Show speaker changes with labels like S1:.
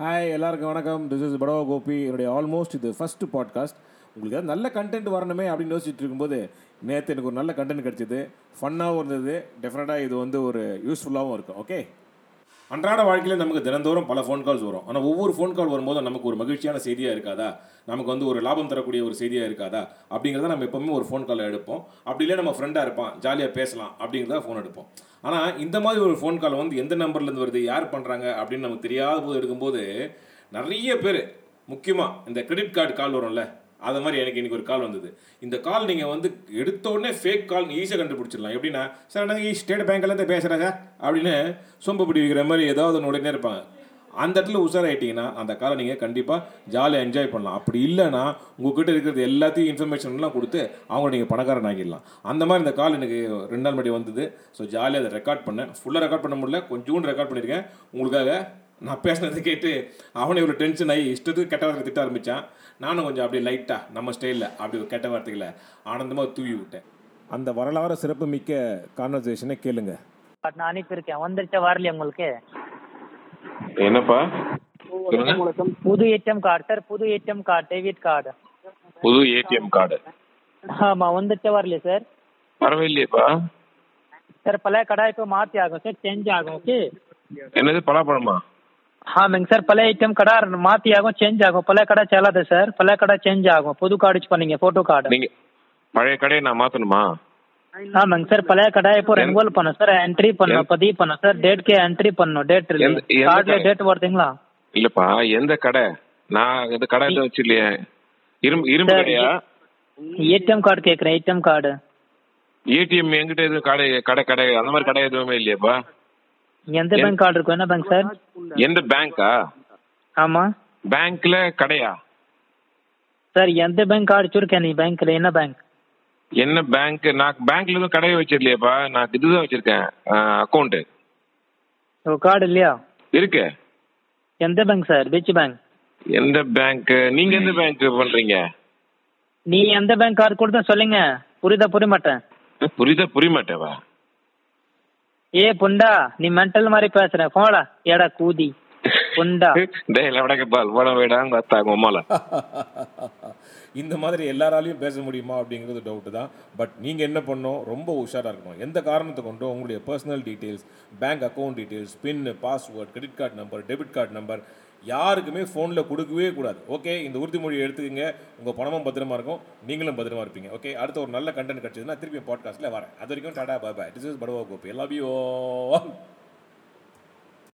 S1: Hi எல்லாருக்கும் வணக்கம் this is Badava Gopi என்னுடைய ஆல்மோஸ்ட் இது ஃபஸ்ட்டு பாட்காஸ்ட் உங்களுக்கு ஏதாவது நல்ல கண்டென்ட் வரணுமே அப்படின்னு யோசிச்சுட்டு இருக்கும்போது நேற்று எனக்கு ஒரு நல்ல கண்டென்ட் கிடச்சிது ஃபன்னாகவும் இருந்தது டெஃபினட்டாக இது வந்து ஒரு யூஸ்ஃபுல்லாகவும் இருக்கும் ஓகே அன்றாட வாழ்க்கையில் நமக்கு தினந்தோறும் பல ஃபோன் கால்ஸ் வரும் ஆனால் ஒவ்வொரு ஃபோன் கால் வரும்போது நமக்கு ஒரு மகிழ்ச்சியான செய்தியாக இருக்காதா நமக்கு வந்து ஒரு லாபம் தரக்கூடிய ஒரு செய்தியாக இருக்காதா அப்படிங்கிறத நம்ம எப்போவுமே ஒரு ஃபோன் காலை எடுப்போம் அப்படி இல்லை நம்ம ஃப்ரெண்டாக இருப்பான் ஜாலியாக பேசலாம் அப்படிங்கிறத ஃபோன் எடுப்போம் ஆனால் இந்த மாதிரி ஒரு ஃபோன் கால் வந்து எந்த நம்பர்லேருந்து வருது யார் பண்ணுறாங்க அப்படின்னு நமக்கு தெரியாத போது எடுக்கும்போது நிறைய பேர் முக்கியமாக இந்த கிரெடிட் கார்டு கால் வரும்ல அது மாதிரி எனக்கு இன்னைக்கு ஒரு கால் வந்தது இந்த கால் நீங்கள் வந்து எடுத்த உடனே ஃபேக் கால் ஈஸியாக கண்டுபிடிச்சிடலாம் எப்படின்னா சார் நாங்கள் ஸ்டேட் பேங்க்லேருந்து பேசுகிறாங்க அப்படின்னு சொம்பு பிடி வைக்கிற மாதிரி ஏதாவது ஒன்று உடனே இருப்பாங்க அந்த இடத்துல உஷாராயிட்டீங்கன்னா அந்த காலை நீங்கள் கண்டிப்பாக ஜாலியாக என்ஜாய் பண்ணலாம் அப்படி இல்லைன்னா உங்ககிட்ட இருக்கிறது எல்லாத்தையும் இன்ஃபர்மேஷன்லாம் கொடுத்து அவங்கள நீங்கள் பணக்காரன் ஆக்கிடலாம் அந்த மாதிரி இந்த கால் எனக்கு ரெண்டு நாள் முன்னாடி வந்தது ஸோ ஜாலியாக அதை ரெக்கார்ட் பண்ணேன் ஃபுல்லாக ரெக்கார்ட் பண்ண முடியல கொஞ்சோண்டு ரெக்கார்ட் பண்ணியிருக்கேன் உங்களுக்காக நான் பேசினதை கேட்டு அவனை இவ்வளோ டென்ஷன் ஆகி இஷ்டத்துக்கு கெட்ட வார்த்தை திட்ட ஆரம்பித்தான் நானும் கொஞ்சம் அப்படியே லைட்டாக நம்ம ஸ்டைலில் அப்படி ஒரு கெட்ட வார்த்தைகளை ஆனந்தமாக தூவி விட்டேன் அந்த வரலாறு சிறப்புமிக்க கான்வர்சேஷனை கேளுங்க
S2: பட் நான் அனுப்பியிருக்கேன் வந்துருச்சா வரலையா உங்களுக்கு
S3: என்னப்பா சொல்லுங்க
S2: புது ஏடிஎம் கார்டு சார் புது ஏடிஎம் கார்டு டெபிட் கார்டு
S3: புது ஏடிஎம் கார்டு
S2: ஆமா வந்துருச்சா வரலையா சார்
S3: பரவாயில்லையேப்பா
S2: சார் பழைய கடை இப்போ மாற்றி ஆகும் சார் சேஞ்ச் ஆகும் ஓகே
S3: என்னது பலாப்பழமா
S2: ஆமாங்க சார் பழைய ஏடிஎம் கடை மாற்றி ஆகும் சேஞ்ச் ஆகும் பழைய கடை செல்லாது சார் பழைய கடை சேஞ்ச் ஆகும் புது கார்டு யூஸ் பண்ணீங்க ஃபோட்டோ கார்டு
S3: நீங்க பழைய கடையை நான் மாத்தணுமா
S2: ஆமாங்க சார் பழைய கடை இப்போ ரென்வல் பண்ணோம் சார் என்ட்ரி பண்ணோம் பதிவு பண்ணோம் சார் டேட்க்கு என்ட்ரி பண்ணோம் டேட்
S3: எந்த- எந்த
S2: கார்டுல
S3: கடை?
S2: டேட் வருதுங்களா
S3: இல்லப்பா எந்த கடை நான் இந்த கடை எதுவும் வச்சிருலையே இரும்பு இரும்பு
S2: சார்,
S3: கடையா
S2: ஏடிஎம் கார்டு கேட்குறேன் ஏடிஎம் கார்டு
S3: ஏடிஎம் என்கிட்ட எதுவும் கடை கடை கடை அந்த மாதிரி கடை எதுவுமே இல்லையாப்பா
S2: எந்த பேங்க் கார்டு இருக்கும் என்ன பேங்க் சார்
S3: எந்த பேங்க்கா
S2: ஆமா
S3: பேங்க்ல கடையா
S2: சார் எந்த பேங்க் கார்டு வச்சிருக்கேன் நீ பேங்க்ல என்ன பேங்க்
S3: என்ன பேங்க் நான் பேங்க்ல எதுவும் கடையை வச்சிருலையேப்பா நான் இதுதான் வச்சிருக்கேன் அக்கௌண்ட்
S2: ஓ கார்டு இல்லையா
S3: இருக்கு
S2: எந்த பேங்க் சார் பிச் பேங்க்
S3: எந்த பேங்க் நீங்க எந்த பேங்க் பண்றீங்க
S2: நீ எந்த பேங்க் கார்டு கொடுத்தா சொல்லுங்க புரியுதா புரிய மாட்டேன்
S3: புரியுதா புரிய மாட்டேவா
S2: ஏ புண்டா நீ மென்டல் மாதிரி பேசுற போடா ஏடா கூதி புண்டா
S3: டேய் லவடக்க பால் போட வேடாங்க அத்தாங்க உமால
S1: இந்த மாதிரி எல்லாராலையும் பேச முடியுமா அப்படிங்கிறது டவுட்டு தான் பட் நீங்கள் என்ன பண்ணணும் ரொம்ப உஷாராக இருக்கணும் எந்த காரணத்தை கொண்டும் உங்களுடைய personal details bank account details பின் password credit card number debit card number யாருக்குமே ஃபோனில் கொடுக்கவே கூடாது ஓகே இந்த உறுதிமொழியை எடுத்துக்கங்க உங்கள் பணமும் பத்திரமா இருக்கும் நீங்களும் பத்திரமா இருப்பீங்க ஓகே அடுத்த ஒரு நல்ல கண்டென்ட் கிடச்சதுன்னா திருப்பி பாட்காஸ்ட்டில் வரேன் அது வரைக்கும் tata bye bye this is Badava Gopi எல்லா